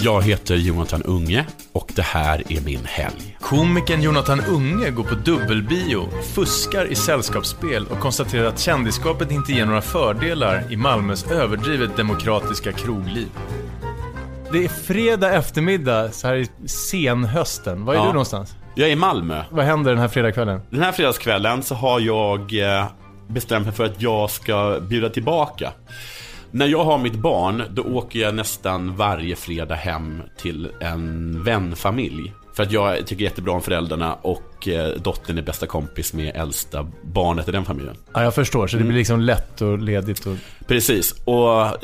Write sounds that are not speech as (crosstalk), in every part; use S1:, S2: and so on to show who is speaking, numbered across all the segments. S1: Jag heter Jonathan Unge och det här är min helg.
S2: Komikern Jonathan Unge går på dubbelbio, fuskar i sällskapsspel och konstaterar att kändisskapet inte ger några fördelar i Malmös överdrivet demokratiska krogliv. Det är fredag eftermiddag, så här i senhösten. Var är
S1: Ja.
S2: du någonstans?
S1: Jag är i Malmö.
S2: Vad händer den här fredagskvällen?
S1: Den här fredagskvällen så har jag eh, bestämt mig för att jag ska bjuda tillbaka. När jag har mitt barn, då åker jag nästan varje fredag hem till en vänfamilj. För att jag tycker jättebra om föräldrarna och eh, dottern är bästa kompis med äldsta barnet i den familjen.
S2: Ja, jag förstår. Så det blir liksom lätt och ledigt och...
S1: Precis, och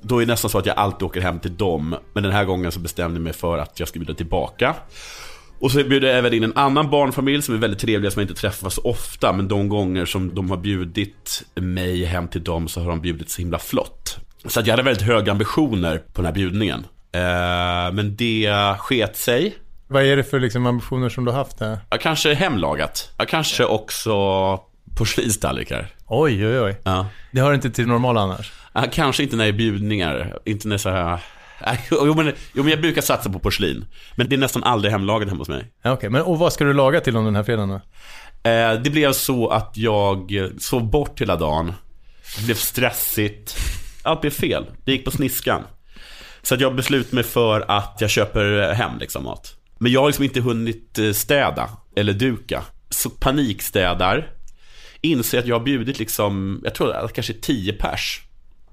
S1: då är det nästan så att jag alltid åker hem till dem. Men den här gången så bestämde jag mig för att jag ska bjuda tillbaka. Och så bjuder jag även in en annan barnfamilj som är väldigt trevliga som jag inte träffar så ofta. Men de gånger som de har bjudit mig hem till dem så har de bjudit så himla flott. Så att jag hade väldigt höga ambitioner på den här bjudningen. Eh, Men det sket sig.
S2: Vad är det för liksom ambitioner som du har haft där?
S1: Jag kanske hemlagat. Jag kanske också porslinstallrikar.
S2: Oj, oj, oj.
S1: Ja.
S2: Det hör inte till normala annars.
S1: Ja, kanske inte när det är bjudningar. Inte när så här... Nej, (laughs) Jo men, jo men jag brukar satsa på porslin. Men det är nästan aldrig hemlagat hemma hos mig.
S2: Ja, Okej, men och vad ska du laga till om den här fredagen då?
S1: Eh, det blev så att jag eh, sov bort hela dagen. Det blev stressigt. Allt blev fel. Det gick på sniskan. Så att jag beslutade mig för att jag köper eh, hem liksom mat. Men jag har liksom inte hunnit eh, städa eller duka. Så panikstädar. Inser att jag har bjudit liksom, jag tror att kanske 10 pers.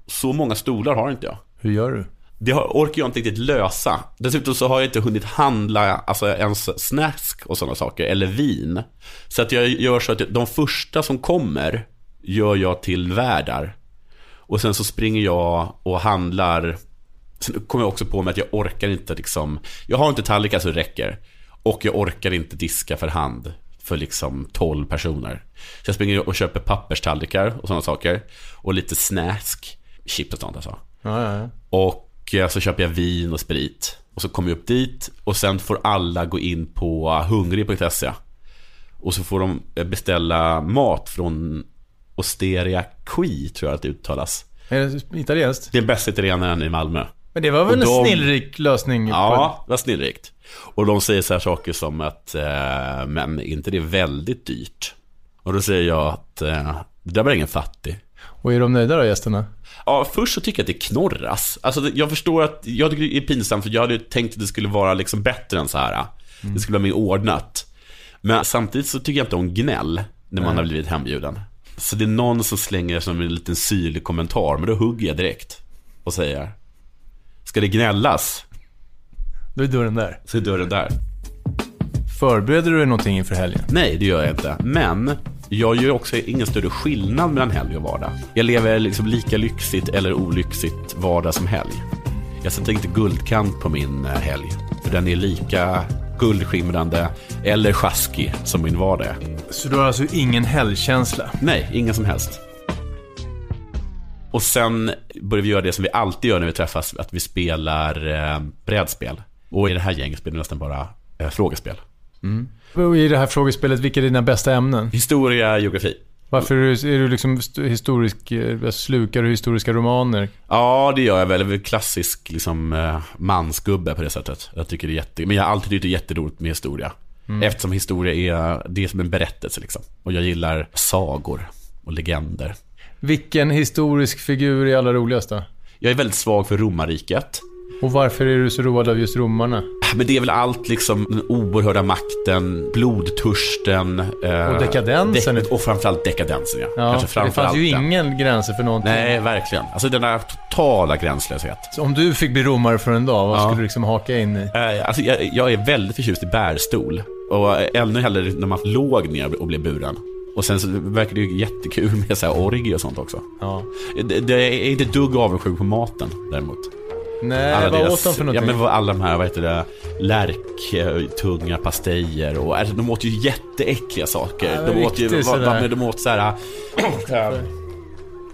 S1: Så många stolar har inte jag.
S2: Hur gör du?
S1: Det har- orkar jag inte riktigt lösa. Dessutom så har jag inte hunnit handla alltså, ens snask och sådana saker, eller vin. Så att jag gör så att de första som kommer gör jag till värdar. Och sen så springer jag och handlar. Sen kommer jag också på mig att jag orkar inte liksom, jag har inte tallrikar så det räcker. Och jag orkar inte diska för hand för liksom 12 personer. Så jag springer och köper papperstallrikar och sådana saker. Och lite snask, chips och sånt alltså.
S2: Ja, ja, ja.
S1: Och eh, så köper jag vin och sprit. Och så kommer jag upp dit och sen får alla gå in på hungrig.se. E. Och så får de eh, beställa mat från Osteria Qui, tror jag att det uttalas.
S2: Är det italienskt?
S1: Det är bästa italienaren i Malmö.
S2: Men det var väl
S1: Och
S2: en
S1: de-
S2: snillrik lösning?
S1: Ja, det var snillrikt. Och de säger så här saker som att, eh, men är inte det väldigt dyrt? Och då säger jag att, eh, det där var ingen fattig.
S2: På... Och är de nöjda då, gästerna?
S1: Ja, först så tycker jag att det knorras. Alltså, det- jag förstår att, jag tycker det är pinsamt för jag hade ju tänkt att det skulle vara liksom bättre än så här. Det skulle vara mer ordnat. Men samtidigt så tycker jag inte om gnäll när man har blivit hembjuden. Så det är någon som slänger som en liten syrlig kommentar, men då hugger jag direkt och säger Ska det gnällas?
S2: Då är dörren där.
S1: Så är dörren där.
S2: Förbereder du dig någonting inför helgen?
S1: Nej, det gör jag inte. Men jag gör också ingen större skillnad mellan helg och vardag. Jag lever liksom lika lyxigt eller olyxigt vardag som helg. Jag sätter inte guldkant på min eh, helg. För den är lika guldskimrande eller sjaskig som min vardag är.
S2: Så du har alltså ingen helgkänsla?
S1: Nej, ingen som helst. Och sen börjar vi göra det som vi alltid gör när vi träffas, att vi spelar eh, brädspel. Och i det här gänget spelar vi nästan bara eh, frågespel.
S2: Och i det här frågespelet, vilka är dina bästa ämnen?
S1: Historia, geografi.
S2: Varför är du, är du liksom st- historisk, eh, slukar du historiska romaner?
S1: Ja, det gör jag väl. Jag är väl Klassisk liksom, eh, mansgubbe på det sättet. Jag tycker det är jätte... Men jag har alltid tyckt det är jätteroligt med historia.
S2: Mm.
S1: Eftersom historia är, det är som en berättelse liksom. Och jag gillar sagor och legender.
S2: Vilken historisk figur är allra roligast då?
S1: Jag är väldigt svag för romarriket.
S2: Och varför är du så road av just romarna?
S1: Men det är väl allt liksom den oerhörda makten, blodtörsten. eh,
S2: Och dekadensen.
S1: dek- och framförallt dekadensen ja.
S2: Ja,
S1: Kanske
S2: för det
S1: framförallt
S2: fanns ju
S1: den.
S2: ingen gränser för någonting.
S1: Nej, verkligen. Alltså den här totala gränslöshet.
S2: Så om du fick bli romare för en dag, vad skulle du liksom haka in i?
S1: Eh, Alltså, jag, jag är väldigt förtjust i bärstol. Och eh, ännu hellre när man låg ner och blev buren. Och sen så verkar det ju jättekul med så här orgie och sånt också. Eh,
S2: Ja.
S1: Det, det är inte ett dugg avundsjuk på maten däremot.
S2: Nej, vad åt de för
S1: ja,
S2: någonting?
S1: men vad alla de här, vad heter det, lärktunga pastejer och alltså, de åt ju jätteäckliga saker.
S2: Ja, men
S1: de, åt ju,
S2: riktigt
S1: vad,
S2: sådär.
S1: vad, men de åt så här... Ehm,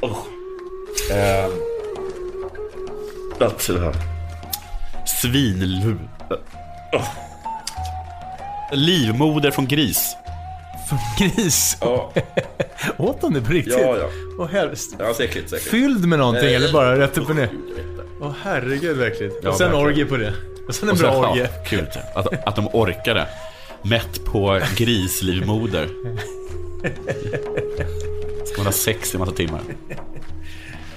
S1: åh, ehm, alltså, det här. Svinlu... åh. Livmoder från gris.
S2: Gris? (laughs)
S1: Ja,
S2: Åt de det på riktigt?
S1: ja, ja.
S2: Åh, helvete.
S1: ja säkert, säkert.
S2: Fylld med någonting eller bara rätt upp och ner?
S1: Gud, jag vet inte.
S2: Åh herregud vad äckligt.
S1: Eh, Ja,
S2: och sen
S1: verkligen.
S2: orgie på det. Och sen en
S1: Och
S2: bra
S1: sen,
S2: orgie.
S1: ja, Kul att, att de orkade. Mätt på grislivmoder. Ska man ha sex i massa timmar?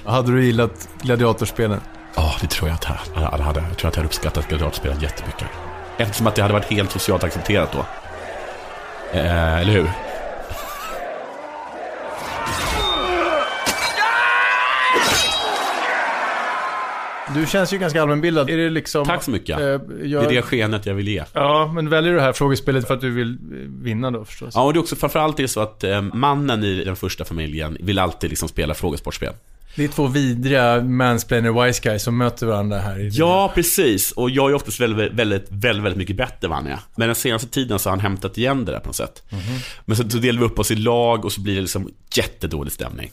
S2: Hade du gillat gladiatorspelen?
S1: Ja, det tror jag att jag hade- hade. hade- Jag tror att jag hade uppskattat gladiatorspelet jättemycket. Eftersom att det hade varit helt socialt accepterat då. Eh, eller hur?
S2: Du känns ju ganska allmänbildad. Är det liksom...
S1: Tack så mycket.
S2: Eh,
S1: Det är
S2: jag...
S1: det skenet jag vill ge.
S2: Ja, men väljer du det här frågespelet för att du vill eh, vinna då förstås?
S1: Ja, och det är också framförallt är det så att eh, mannen i den första familjen vill alltid liksom spela frågesportspel.
S2: Det är två vidriga mansplainer wise guys som möter varandra här. I
S1: Ja, precis. Och jag är oftast väldigt, väldigt, väldigt, väldigt mycket bättre än vad han är. Men den senaste tiden så har han hämtat igen det där på något sätt.
S2: Mhm.
S1: Men så, så delar vi upp oss i lag och så blir det liksom jättedålig stämning.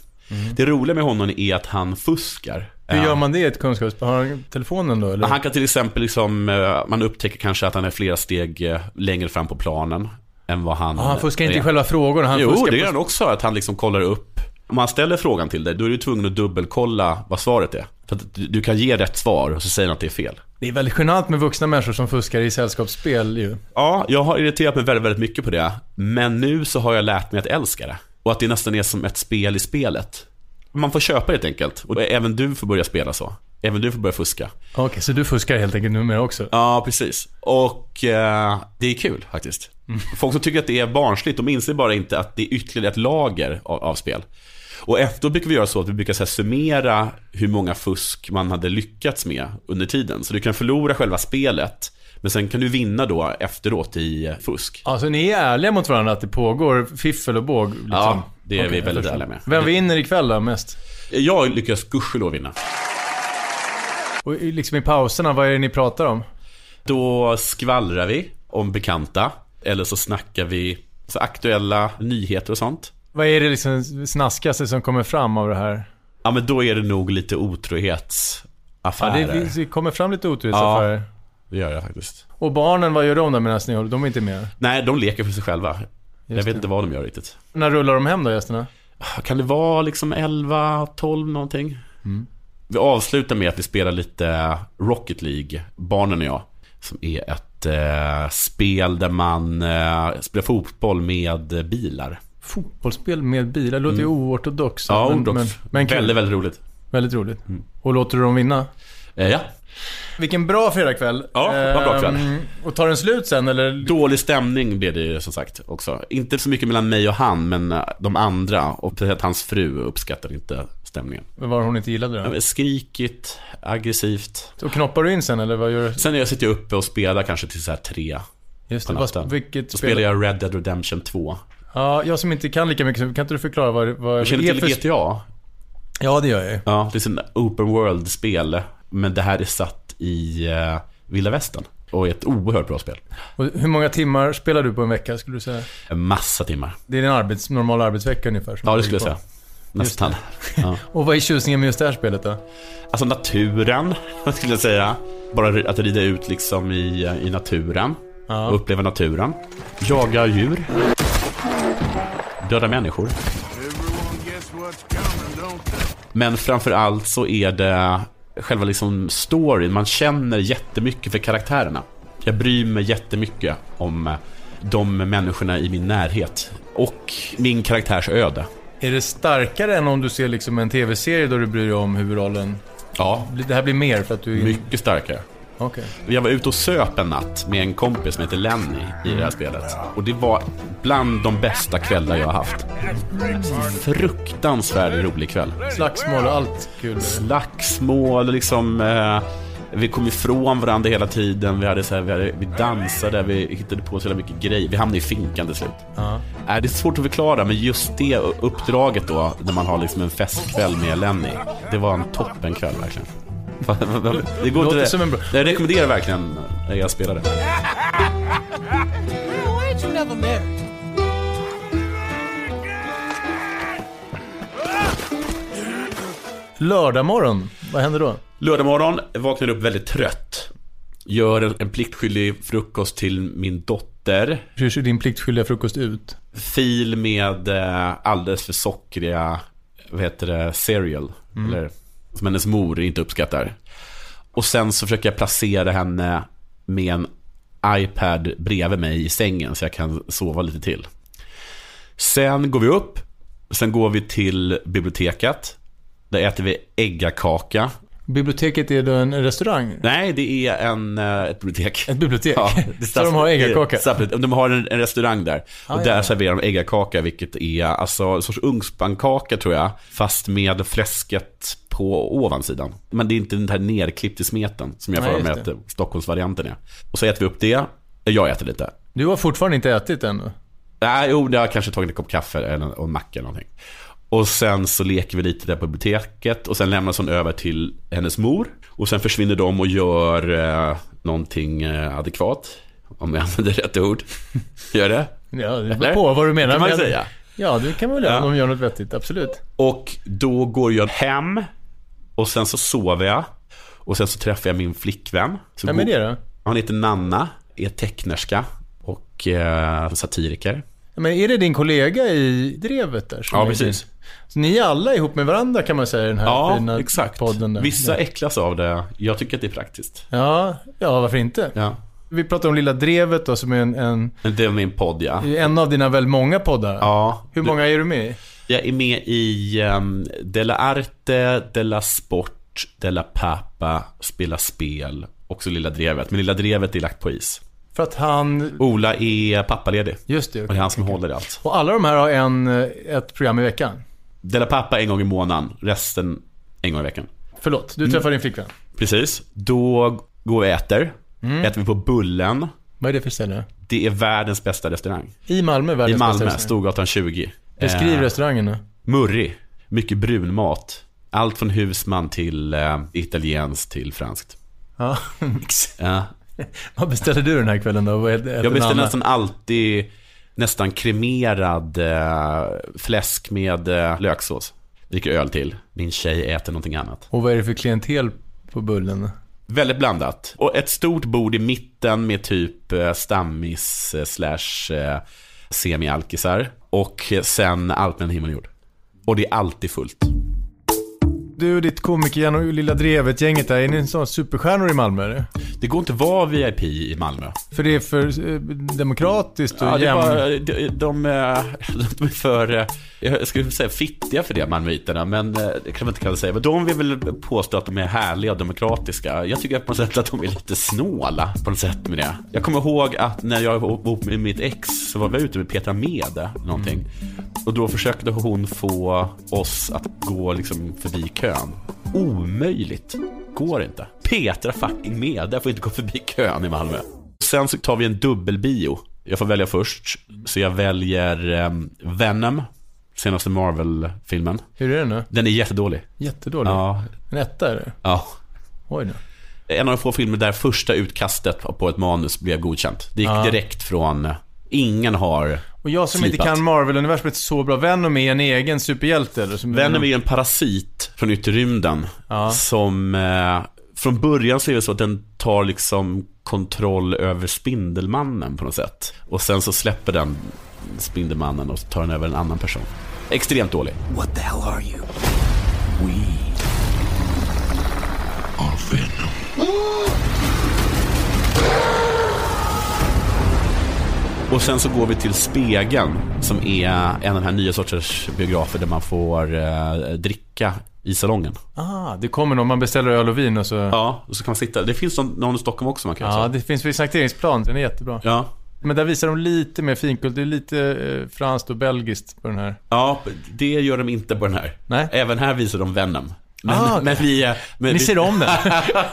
S1: Det roliga med honom är att han fuskar.
S2: Mhm. Hur
S1: Eh,
S2: gör man det i ett kunskapsspel? Har han telefonen då eller?
S1: Han kan till exempel, liksom, eh, man upptäcker kanske att han är flera steg eh, längre fram på planen än vad han...
S2: Ja, Ah, han fuskar inte i
S1: är.
S2: själva frågorna. Han
S1: Jo,
S2: fuskar
S1: det
S2: på-
S1: gör han också. Att han liksom kollar upp. Om han ställer frågan till dig, då är du tvungen att dubbelkolla vad svaret är. För att du du kan ge rätt svar och så säger han att det är fel.
S2: Det är väldigt genant med vuxna människor som fuskar i sällskapsspel ju.
S1: Ja, jag har irriterat mig väldigt, väldigt mycket på det. Men nu så har jag lärt mig att älska det. Och att det nästan är som ett spel i spelet. Man får köpa helt enkelt. Och även du får börja spela så. Även du får börja fuska.
S2: Okej, så du fuskar helt enkelt numera också?
S1: Ja, precis. Och eh, det är kul faktiskt. Folk som tycker att det är barnsligt, de inser bara inte att det är ytterligare ett lager av, av spel. Och efter brukar vi göra så att vi brukar så här, summera hur många fusk man hade lyckats med under tiden. Så du kan förlora själva spelet, men sen kan du vinna då efteråt i fusk.
S2: Alltså ni är ärliga mot varandra att det pågår fiffel och båg? Liksom.
S1: Ja, det är
S2: Okej,
S1: vi
S2: jag
S1: väldigt
S2: förstår.
S1: ärliga med.
S2: Vem vinner ikväll då mest?
S1: Jag lyckas gudskelov vinna.
S2: Och i- liksom i pauserna, vad är det ni pratar om?
S1: Då skvallrar vi om bekanta, eller så snackar vi så aktuella nyheter och sånt.
S2: Vad är det liksom snaskaste som kommer fram av det här?
S1: Ja men då är det nog lite
S2: Ja, det,
S1: otrohetsaffärer. det,
S2: det, det kommer fram lite oturhetsaffärer.
S1: gör jag faktiskt.
S2: Och barnen, vad gör de där medan ni håller? De är inte med?
S1: Nej, de leker för sig själva. jag vet
S2: det.
S1: inte vad de gör riktigt.
S2: När rullar de hem då gästerna?
S1: Kan det vara liksom 11, 12 någonting? Vi avslutar med att vi spelar lite Rocket League, barnen och jag. Som är ett eh, spel där man eh, spelar fotboll med eh, bilar.
S2: Fotbollsspel med bilar, det låter ju oortodoxt.
S1: Mm. Ja,
S2: men-
S1: Ordox.
S2: Men, men kul.
S1: väldigt, Mm.
S2: Väldigt,
S1: väldigt roligt.
S2: roligt. Och låter du dem vinna?
S1: Eh, ja.
S2: Vilken bra fredagkväll.
S1: Ja, vad bra kväll.
S2: Ehm, Och tar den slut sen eller?
S1: Dålig stämning blev det ju som sagt också. Inte så mycket mellan mig och han, men eh, de andra. Och precis att hans fru uppskattade inte stämningen.
S2: Var hon inte gillade det?
S1: Skrikigt, aggressivt.
S2: Då knoppar du in sen eller vad gör du?
S1: Sen när jag sitter jag uppe och spelar kanske till så här tre.
S2: Just
S1: På
S2: det, vad,
S1: natten.
S2: Alltså, vilket
S1: Då
S2: spel?
S1: spelar
S2: Jag.
S1: jag Red Dead Redemption 2.
S2: Ja, jag som inte kan lika mycket, som- kan inte du förklara vad, vad E
S1: Jag känner till
S2: för-
S1: GTA.
S2: Ja, det gör jag ju.
S1: Ja, det är sån open world-spel. Men det här är satt i eh, vilda västern. Och är ett oerhört bra spel.
S2: Och hur många timmar spelar du på en vecka skulle du säga?
S1: En massa timmar.
S2: Det är din arbets, normal arbetsvecka ungefär. som
S1: Ja,
S2: du
S1: det skulle jag
S2: lägger
S1: säga.
S2: på.
S1: Nästan. Ja.
S2: Och vad är tjusningen med just det här spelet då?
S1: Alltså naturen, (laughs) skulle jag säga. Bara att rida ut liksom i, i naturen. Och
S2: Ja.
S1: uppleva naturen. Jaga djur. Döda människor.
S3: Everyone gets what's coming, don't they?
S1: Men framför allt så är det själva liksom storyn. Man känner jättemycket för karaktärerna. Jag bryr mig jättemycket om eh, de människorna i min närhet. Och min karaktärs öde.
S2: Är det starkare än om du ser liksom en tv-serie då du bryr dig om huvudrollen?
S1: Ja,
S2: Det här blir mer för att du... är-
S1: mycket starkare.
S2: Okej.
S1: Jag var ute och söp en natt med en kompis som heter Lenny i det här spelet. Och det var bland de bästa kvällar jag har haft. Fruktansvärt rolig kväll.
S2: Slagsmål och allt kul.
S1: Slagsmål, liksom... Eh, vi kom ifrån varandra hela tiden. Vi, hade så här, vi, hade, vi dansade, vi hittade på så jävla mycket grejer. Vi hamnade i finkan till slut.
S2: Ja.
S1: Äh, det är svårt att förklara, men just det uppdraget då, när man har liksom en festkväll med Lenny. Det var en toppenkväll
S2: (laughs)
S1: verkligen. Det går
S2: Låter
S1: inte
S2: som en bra-
S1: Jag rekommenderar verkligen när jag spelar det.
S2: Lördag morgon, vad händer då?
S1: Lördag morgon vaknar jag upp väldigt trött. Gör en, en pliktskyldig frukost till min dotter.
S2: Hur ser din pliktskyldiga frukost ut?
S1: Fil med eh, alldeles för sockriga, vad heter det, cereal. Eller, som hennes mor inte uppskattar. Och sen så försöker jag placera henne med en iPad bredvid mig i sängen så jag kan sova lite till. Sen går vi upp. Sen går vi till biblioteket. Där äter vi äggakaka.
S2: Biblioteket är då en restaurang?
S1: Nej, det är en, eh, ett bibliotek.
S2: Ett bibliotek?
S1: Ja,
S2: det (laughs) så de har äggakaka?
S1: Stadsbibliotek. De har en, en restaurang där.
S2: Ah,
S1: och där
S2: ja, ja.
S1: serverar de äggakaka, vilket är alltså, en sorts ugnspannkaka tror jag. Fast med fläsket på ovansidan. Men det är inte den här nerklippt i smeten som jag
S2: Nej,
S1: får mig
S2: just
S1: att
S2: det.
S1: eh, Stockholmsvarianten är. Och så äter vi upp det. Jag äter lite.
S2: Du har fortfarande inte ätit ännu?
S1: Nej, jo, jag har kanske tagit en kopp kaffe eller, och en macka eller någonting. Och sen så leker vi lite där på biblioteket och sen lämnas hon över till hennes mor. Och sen försvinner de och gör eh, någonting eh, adekvat. Om jag (laughs) använder rätt ord. Gör det?
S2: Ja, det
S1: Eller?
S2: beror på vad du menar.
S1: Kan man
S2: med-
S1: säga.
S2: Ja, det kan man väl göra
S1: Ja.
S2: om de gör något vettigt. Absolut.
S1: Och då går jag hem. Och sen så sover jag. Och sen så träffar jag min flickvän. Så
S2: Vem är
S1: går-
S2: det då?
S1: Hon heter Nanna. Är tecknerska. Och eh, satiriker.
S2: Men är det din kollega i drevet där? som
S1: Ja,
S2: är
S1: precis.
S2: din- Så ni är alla ihop med varandra kan man säga i den här fina
S1: Ja, exakt.
S2: podden. Där.
S1: Vissa äcklas av det. Jag tycker att det är praktiskt.
S2: Ja, ja, varför inte?
S1: Ja.
S2: Vi pratar om Lilla Drevet då, som är en, en,
S1: Det är min podd ja.
S2: en av dina väldigt många poddar.
S1: Ja.
S2: Hur många är du med i?
S1: Jag är med i um, Della Arte, Della Sport, Della Pappa, Spela Spel och så Lilla Drevet. Men Lilla Drevet är lagt på is.
S2: För att han...
S1: Ola är pappaledig.
S2: Just det.
S1: Och det är han som håller i allt.
S2: Och alla de här har en, ett program i veckan.
S1: Della Pappa en gång i månaden, resten en gång i veckan.
S2: Förlåt,
S1: Mm.
S2: du träffar din flickvän.
S1: Precis. Då går vi och äter.
S2: Mm.
S1: Äter vi på Bullen.
S2: Vad är det för ställe?
S1: Det är världens bästa restaurang.
S2: I Malmö,
S1: I
S2: världens bästa
S1: Malmö,
S2: restaurang.
S1: Storgatan 20.
S2: Beskriv
S1: Eh, (laughs)
S2: restaurangen nu.
S1: Murrig. Mycket brun mat. Allt från husman till eh, italienskt till franskt.
S2: Ja.
S1: Ja.
S2: Vad beställde du den här kvällen då? Vad äter
S1: Jag beställer
S2: Nanna?
S1: nästan alltid nästan kremerad eh, fläsk med eh, löksås. Dricker öl till. Min tjej äter någonting annat.
S2: Och vad är det för klientel på bullen?
S1: Väldigt blandat. Och ett stort bord i mitten med typ eh, stammis eh, slash eh, semialkisar. Och eh, sen allt mellan himmel och jord. Och det är alltid fullt.
S2: Du och ditt komikergäng och Lilla Drevet-gänget där, är ni sådana superstjärnor i Malmö? Eller?
S1: Det går inte att vara VIP i Malmö.
S2: För det är för eh, demokratiskt och
S1: Ja, det är
S2: jämnt.
S1: bara, de, de, de, eh, (laughs) de är för, eh, jag skulle säga fittiga för det, malmöiterna, men eh, det kan man inte kalla säga. Men de vill väl påstå att de är härliga och demokratiska. Jag tycker på något sätt att de är lite snåla på något sätt med det. Jag kommer ihåg att när jag var ihop med mitt ex så var vi ute med Petra Mede, någonting. Och då försökte hon få oss att gå liksom förbi kön. Omöjligt. Går inte. Petra fucking Mede får inte gå förbi kön i Malmö. Sen så tar vi en dubbelbio. Jag får välja först. Så jag väljer ehm, Venom, senaste Marvel-filmen.
S2: Hur är det nu?
S1: Den är jättedålig.
S2: Jättedålig.
S1: Ja,
S2: En etta är det.
S1: ja.
S2: Oj nu.
S1: En av de få filmer där första utkastet på ett manus blev godkänt. Det gick
S2: Ja.
S1: direkt från... eh, Ingen har...
S2: Och jag som inte
S1: Slipat.
S2: kan Marvel-universumet så bra, Venom är en egen superhjälte eller? Som
S1: Venom är en parasit från ytterrymden.
S2: Mm. Ja.
S1: Som... Eh, från början så är det så att den tar liksom kontroll över Spindelmannen på något sätt. Och sen så släpper den Spindelmannen och så tar den över en annan person. Extremt dålig.
S4: What the hell are you? We are Venom.
S1: Och sen så går vi till Spegeln som är en av de här nya sorters biografer där man får eh, dricka i salongen.
S2: Ah, det kommer någon. Man beställer öl och vin och så... Ja,
S1: Ja, och så kan man sitta. Det finns någon, någon i Stockholm också man kan göra så.
S2: det finns visst hanteringsplan. Den är jättebra.
S1: Ja,
S2: Men där visar de lite mer finkult. Det är lite eh, franskt och belgiskt på den här.
S1: ja, det gör de inte på den här.
S2: Nej.
S1: Även här visar de Venom. Men,
S2: Ah, okej.
S1: men vi... eh, Men
S2: Ni
S1: vi, (laughs)
S2: ser om den?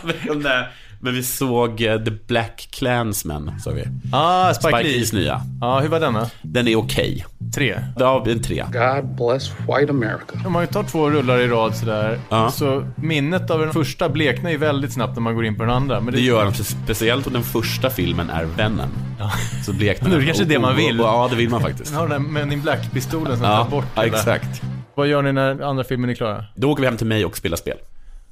S1: men, eh, men vi såg eh, The Black Clansman, såg vi.
S2: Ah, Spike,
S1: Spike
S2: Lee.
S1: Lees nya.
S2: Ja, hur var den då?
S1: Den är okej.
S2: Tre.
S1: Ja, en trea.
S5: God bless white America.
S2: Om man tar två rullar i rad sådär,
S1: Ja.
S2: så minnet av den första bleknar ju väldigt snabbt när man går in på den andra. Men det,
S1: Det gör de speciellt och den första filmen är Venom. Så bleknar
S2: Det är
S1: den.
S2: kanske
S1: Och-
S2: det man vill.
S1: och- och- Ja, det vill man faktiskt.
S2: Den har den där Men in Black-pistolen som
S1: Ja,
S2: tar bort
S1: ja
S2: det där.
S1: exakt.
S2: Vad gör ni när andra filmen är klara?
S1: Då åker vi hem till mig och spelar spel.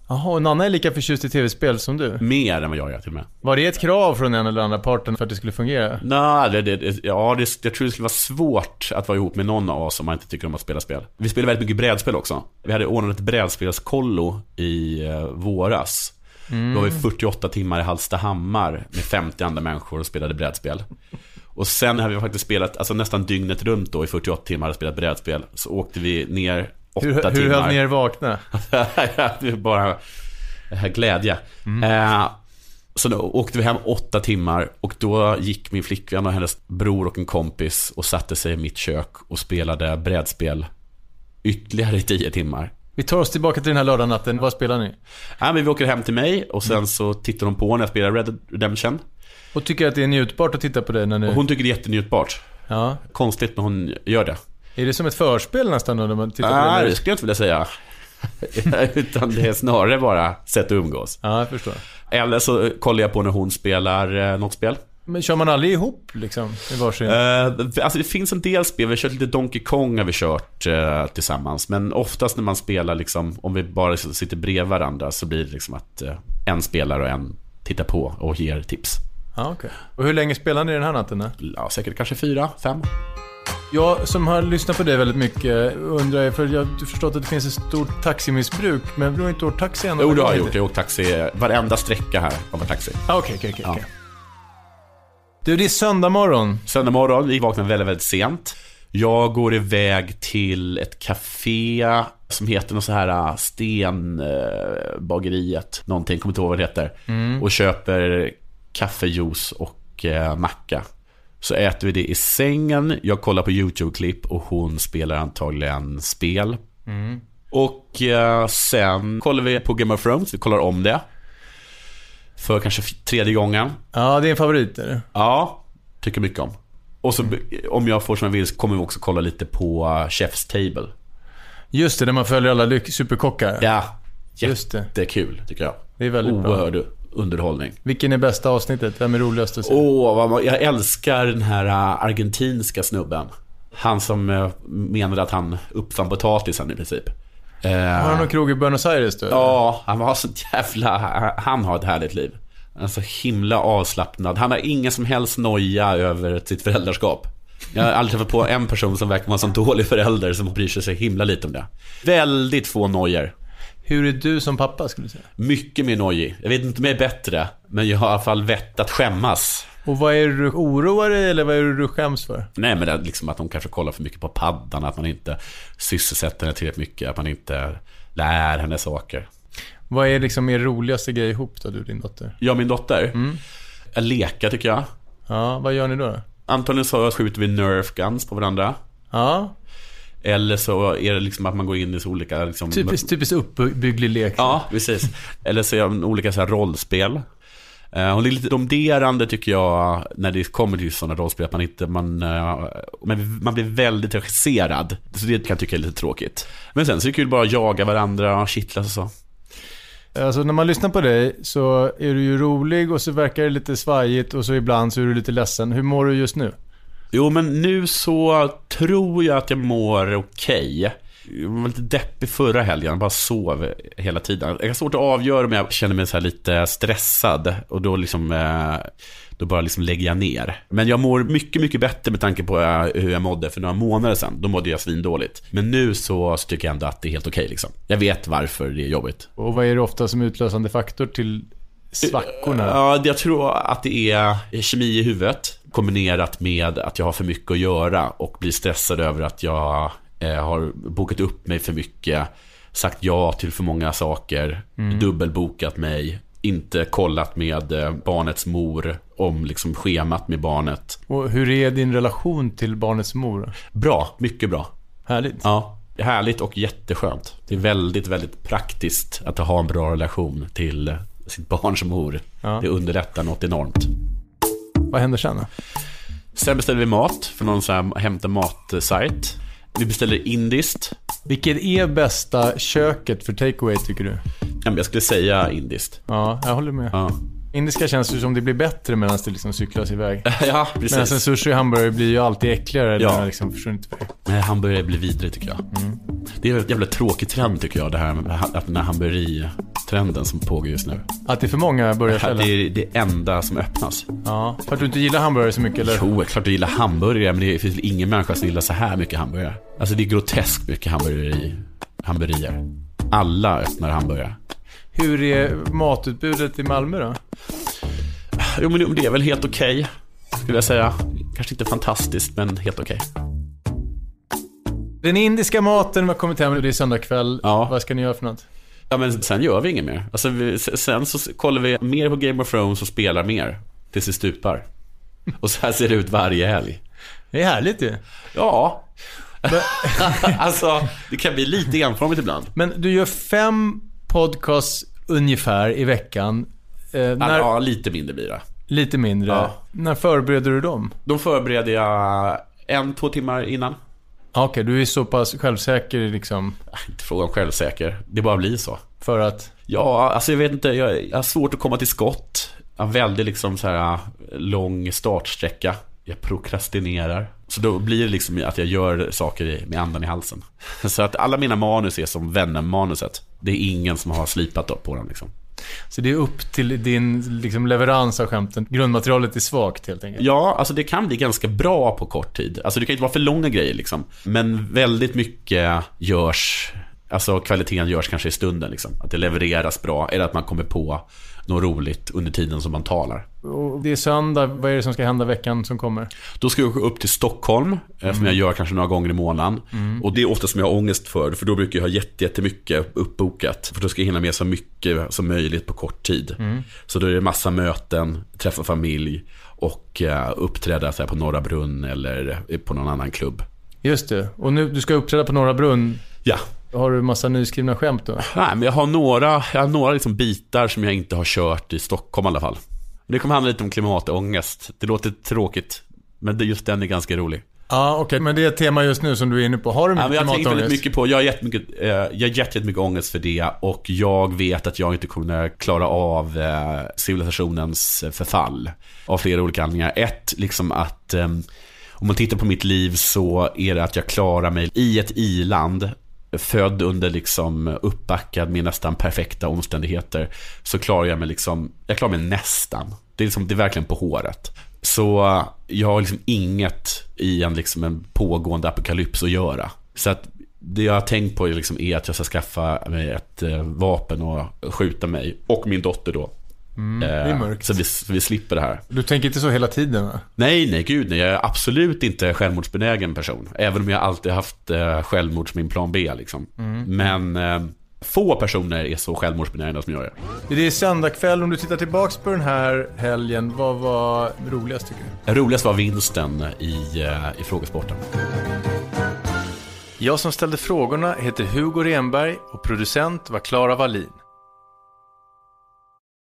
S2: Jaha, och Nanna är lika förtjust i tv-spel som du.
S1: Mer än vad jag är till och med.
S2: Var det ett krav från den eller andra parten för att det skulle fungera?
S1: Nej, det, det, det- ja, det, jag tror det skulle vara svårt att vara ihop med någon av oss om man inte tycker om att spela spel. Vi spelar väldigt mycket brädspel också. Vi hade ordnat ett brädspelskollo i eh, våras.
S2: Mm.
S1: Då var vi 48 timmar i Hallstahammar med 50 andra människor och spelade brädspel. Och sen har vi faktiskt spelat, alltså nästan dygnet runt då i 48 timmar och spelat brädspel. Så åkte vi ner 8
S2: Hur,
S1: timmar.
S2: hur höll ni er vakna?
S1: (laughs) Det är bara eh, glädje. Eh, så då åkte vi hem åtta timmar och då gick min flickvän och hennes bror och en kompis och satte sig i mitt kök och spelade brädspel ytterligare (laughs) i tio timmar.
S2: Vi tar oss tillbaka till den här lördagnatten. Vad spelar ni?
S1: Ja, men vi åker hem till mig och sen så tittar hon på när jag spelar Red Dead Redemption.
S2: Och tycker att det är njutbart att titta på det när ni...
S1: Och hon tycker det är jättenjutbart.
S2: Ja.
S1: Konstigt men hon gör det.
S2: Är det som ett förspel nästan då, när man tittar på det?
S1: Nej,
S2: när-
S1: det skulle jag inte vilja säga. (laughs) Utan det är snarare bara sätt att umgås.
S2: Ja, jag förstår.
S1: Eller så kollar jag på när hon spelar eh, något spel.
S2: Men kör man aldrig ihop liksom? I varsin?
S1: Eh, alltså det finns en del spel, vi har kört lite Donkey Kong har vi kört eh, tillsammans. Men oftast när man spelar, liksom, om vi bara sitter bredvid varandra, så blir det liksom att eh, en spelar och en tittar på och ger tips.
S2: Ja, okej. Och hur länge spelar ni den här natten? Då?
S1: Ja, säkert kanske fyra, fem.
S2: Jag som har lyssnat på dig väldigt mycket undrar, ju, för jag har förstått att det finns ett stort taximissbruk, men du har inte åkt taxi än?
S1: Jo, det har jag
S2: Inte.
S1: gjort. Jag har åkt taxi varenda sträcka här. Jag var taxi.
S2: Ah, Okej, okej, okej,
S1: Ja.
S2: okej. Du, det är söndag morgon.
S1: Söndag morgon, vi vaknar väldigt, väldigt sent. Jag går iväg till ett café som heter något så här äh, stenbageriet, någonting, kommer inte ihåg vad det heter. Och köper kaffejuice och eh, macka. Så äter vi det i sängen, jag kollar på YouTube-klipp och hon spelar antagligen spel. Och eh, sen kollar vi på Game of Thrones, vi kollar om det. För kanske f- tredje gången.
S2: Ja, det är en favorit. Är det?
S1: Ja, tycker mycket om. Och så om jag får som jag vill så kommer vi också kolla lite på eh, Chef's Table.
S2: Just det, där man följer alla lyck- superkockar.
S1: Ja,
S2: Just det.
S1: jättekul tycker jag.
S2: Det är väldigt bra.
S1: Oerhörd underhållning.
S2: Vilken är bästa avsnittet? Vem är roligast att se?
S1: Åh, vad man- jag älskar den här eh, argentinska snubben. Han som eh, menade att han uppfann potatisen i princip. Eh,
S2: Har han någon krog i Buenos Aires då?
S1: Ja, han har sånt jävla... Han har ett härligt liv. Han är så himla avslappnad. Han har ingen som helst noja över sitt föräldraskap. Jag har aldrig träffat på en person som verkar vara en sån dålig förälder som bryr sig så himla lite om det. Väldigt få nojor.
S2: Hur är du som pappa skulle du säga?
S1: Mycket mer nojig. Jag vet inte om jag är bättre, men jag har i alla fall vett att skämmas.
S2: Och vad är det du oroar dig eller vad är det du skäms för?
S1: Nej, men det är liksom att de kanske kollar för mycket på paddan, att man inte sysselsätter henne tillräckligt mycket, att man inte lär henne saker.
S2: Vad är liksom er roligaste grej ihop då, du och din dotter?
S1: Jag och min dotter, jag lekar tycker jag.
S2: Ja, vad gör ni då? då?
S1: Antagligen så skjuter vi nerf guns på varandra.
S2: Ja,
S1: Eller så är det liksom att man går in i så olika... Liksom,
S2: typiskt, typiskt uppbygglig lek.
S1: Ja, precis. Eller så är det olika så här rollspel. Eh, Hon är lite domderande tycker jag när det kommer till sådana rollspel. Att man, inte, man, eh, men man blir väldigt regisserad. Så det kan jag tycka är lite tråkigt. Men sen så är det kul bara att jaga varandra och kittlas och så.
S2: Alltså när man lyssnar på dig så är du ju rolig och så verkar det lite svajigt och så ibland så är du lite ledsen. Hur mår du just nu?
S1: Jo, men nu så tror jag att jag mår okej. Jag var lite deppig förra helgen, jag bara sov hela tiden. Jag har svårt att avgöra om jag känner mig så här lite stressad och då liksom eh, då bara liksom lägger jag ner. Men jag mår mycket, mycket bättre med tanke på eh, hur jag mådde för några månader sedan. Då mådde jag svindåligt. Men nu så, så tycker jag ändå att det är helt okej. liksom. Jag vet varför det är jobbigt.
S2: Och vad är det ofta som utlösande faktor till svackorna?
S1: Ja, jag tror att det är kemi i huvudet kombinerat med att jag har för mycket att göra och blir stressad över att jag eh, har bokat upp mig för mycket, sagt ja till för många saker, dubbelbokat mig, inte kollat med eh, barnets mor om liksom schemat med barnet.
S2: Och hur är din relation till barnets mor?
S1: Bra, mycket bra.
S2: Härligt.
S1: Ja, härligt och jätteskönt. Det är väldigt, väldigt praktiskt att ha en bra relation till sitt barns mor.
S2: Ja.
S1: Det underlättar något enormt.
S2: Vad händer sen då?
S1: Sen beställer vi mat från någon sån här hämta mat-sajt. Vi beställer indiskt.
S2: Vilket är bästa köket för takeaway tycker du?
S1: Ja, men Jag skulle säga indiskt.
S2: Ja, jag håller med.
S1: Ja, (laughs)
S2: Indiska känns ju som det blir bättre medan det liksom cyklas iväg.
S1: ja
S2: Men sen
S1: precis.
S2: sushi och hamburgare blir ju alltid äckligare
S1: Ja.
S2: när det liksom försvunnit iväg.
S1: Nej, hamburgare blir vidrig tycker jag.
S2: Mm.
S1: Det är en jävla tråkig trend tycker jag, det här med ha- att den här hamburgertrenden som pågår just nu.
S2: Att det är för många
S1: Att Det
S2: burgarställen?
S1: är det enda som öppnas.
S2: Ja. För att du inte gillar hamburgare så mycket eller?
S1: Jo, det är klart du gillar hamburgare, men det finns väl ingen människa som gillar så här mycket hamburgare. Alltså det är groteskt mycket hamburgare i hamburgare. Alla öppnar hamburgare.
S2: Hur är matutbudet i Malmö då?
S1: Jo, men det är väl helt okej, skulle jag säga. Kanske inte fantastiskt, men helt okej.
S2: Den indiska maten har kommit hem nu, det är söndag kväll.
S1: Ja.
S2: Vad ska ni göra för något?
S1: Ja, men sen gör vi inget mer. Alltså, vi, se- sen så kollar vi mer på Game of Thrones och spelar mer. Tills vi stupar. Och så här ser det ut varje helg.
S2: Det är härligt ju.
S1: Ja. (laughs) alltså, det kan bli lite enformigt ibland.
S2: Men du gör fem podcasts ungefär i veckan. Eh, när,
S1: Ja, lite mindre blir det.
S2: Lite mindre.
S1: Ja.
S2: När förbereder du dem?
S1: De förbereder jag en, två timmar innan.
S2: Ja, Okej, du är så pass självsäker liksom
S1: Äh, Inte fråga om självsäker. Det bara blir så.
S2: för att...
S1: Ja, alltså jag vet inte. Jag, jag har svårt att komma till skott. Jag har väldigt liksom så här lång startsträcka. Jag prokrastinerar. Så då blir det liksom att jag gör saker i- med andan i halsen. (laughs) Så att alla mina manus är som Venom-manuset. Det är ingen som har slipat upp på dem liksom.
S2: Så det är upp till din liksom, leverans av skämten. Grundmaterialet är svagt helt enkelt.
S1: Ja, alltså det kan bli ganska bra på kort tid. Alltså det kan inte vara för långa grejer liksom. Men väldigt mycket görs, alltså kvaliteten görs kanske i stunden liksom. Att det levereras bra eller att man kommer på något roligt under tiden som man talar.
S2: Och det är söndag, vad är det som ska hända veckan som kommer?
S1: Då ska jag gå upp till Stockholm, mm. som jag gör kanske några gånger i månaden. Och det är ofta som jag har ångest för, för då brukar jag ha jätte- jättemycket uppbokat. För då ska jag hinna med så mycket som möjligt på kort tid. Så då är det massa möten, träffa familj och eh, uppträda så här, på Norra Brunn eller eh, på någon annan klubb.
S2: Just det. Och nu, du ska uppträda på Norra Brunn.
S1: Ja,
S2: Har du massa nyskrivna skämt då?
S1: Nej, men jag har några, jag har några liksom bitar som jag inte har kört i Stockholm i alla fall. Men det kommer handla lite om klimatångest. Det låter tråkigt, men det- just den är ganska rolig.
S2: Ja, okej. Men det är ett tema just nu som du är inne på. Har
S1: Ja,
S2: du mycket
S1: men jag har tänkt väldigt
S2: klimatångest?
S1: mycket på, jag har jättemycket, eh, jag har jätte- jättemycket ångest för det och jag vet att jag inte kommer att klara av eh, civilisationens förfall av flera olika anledningar. Ett, liksom att eh, om man tittar på mitt liv så är det att jag klarar mig i ett iland Född under liksom uppbackad med nästan perfekta omständigheter Så klarar jag mig liksom, jag klarar mig nästan Det är, liksom, det är verkligen på håret så eh, jag har liksom inget i en, liksom en pågående apokalyps att göra. Så att det jag har tänkt på är, liksom är att jag ska skaffa mig ett eh, vapen och skjuta mig och min dotter då.
S2: Mm,
S1: Eh,
S2: det är mörkt.
S1: Så vi, så vi slipper det här.
S2: Du tänker inte så hela tiden va?
S1: Nej, nej, gud nej. Jag är absolut inte självmordsbenägen person. Även om jag alltid haft eh, självmord som min plan B liksom.
S2: Mm.
S1: Men eh, få personer är så självmordsbenägna som jag är.
S2: Det är söndag kväll. Om du tittar tillbaks på den här helgen, vad var roligast tycker du?
S1: Roligast var vinsten i, eh, i frågesporten.
S2: Jag som ställde frågorna heter Hugo Renberg och producent var Klara Wallin.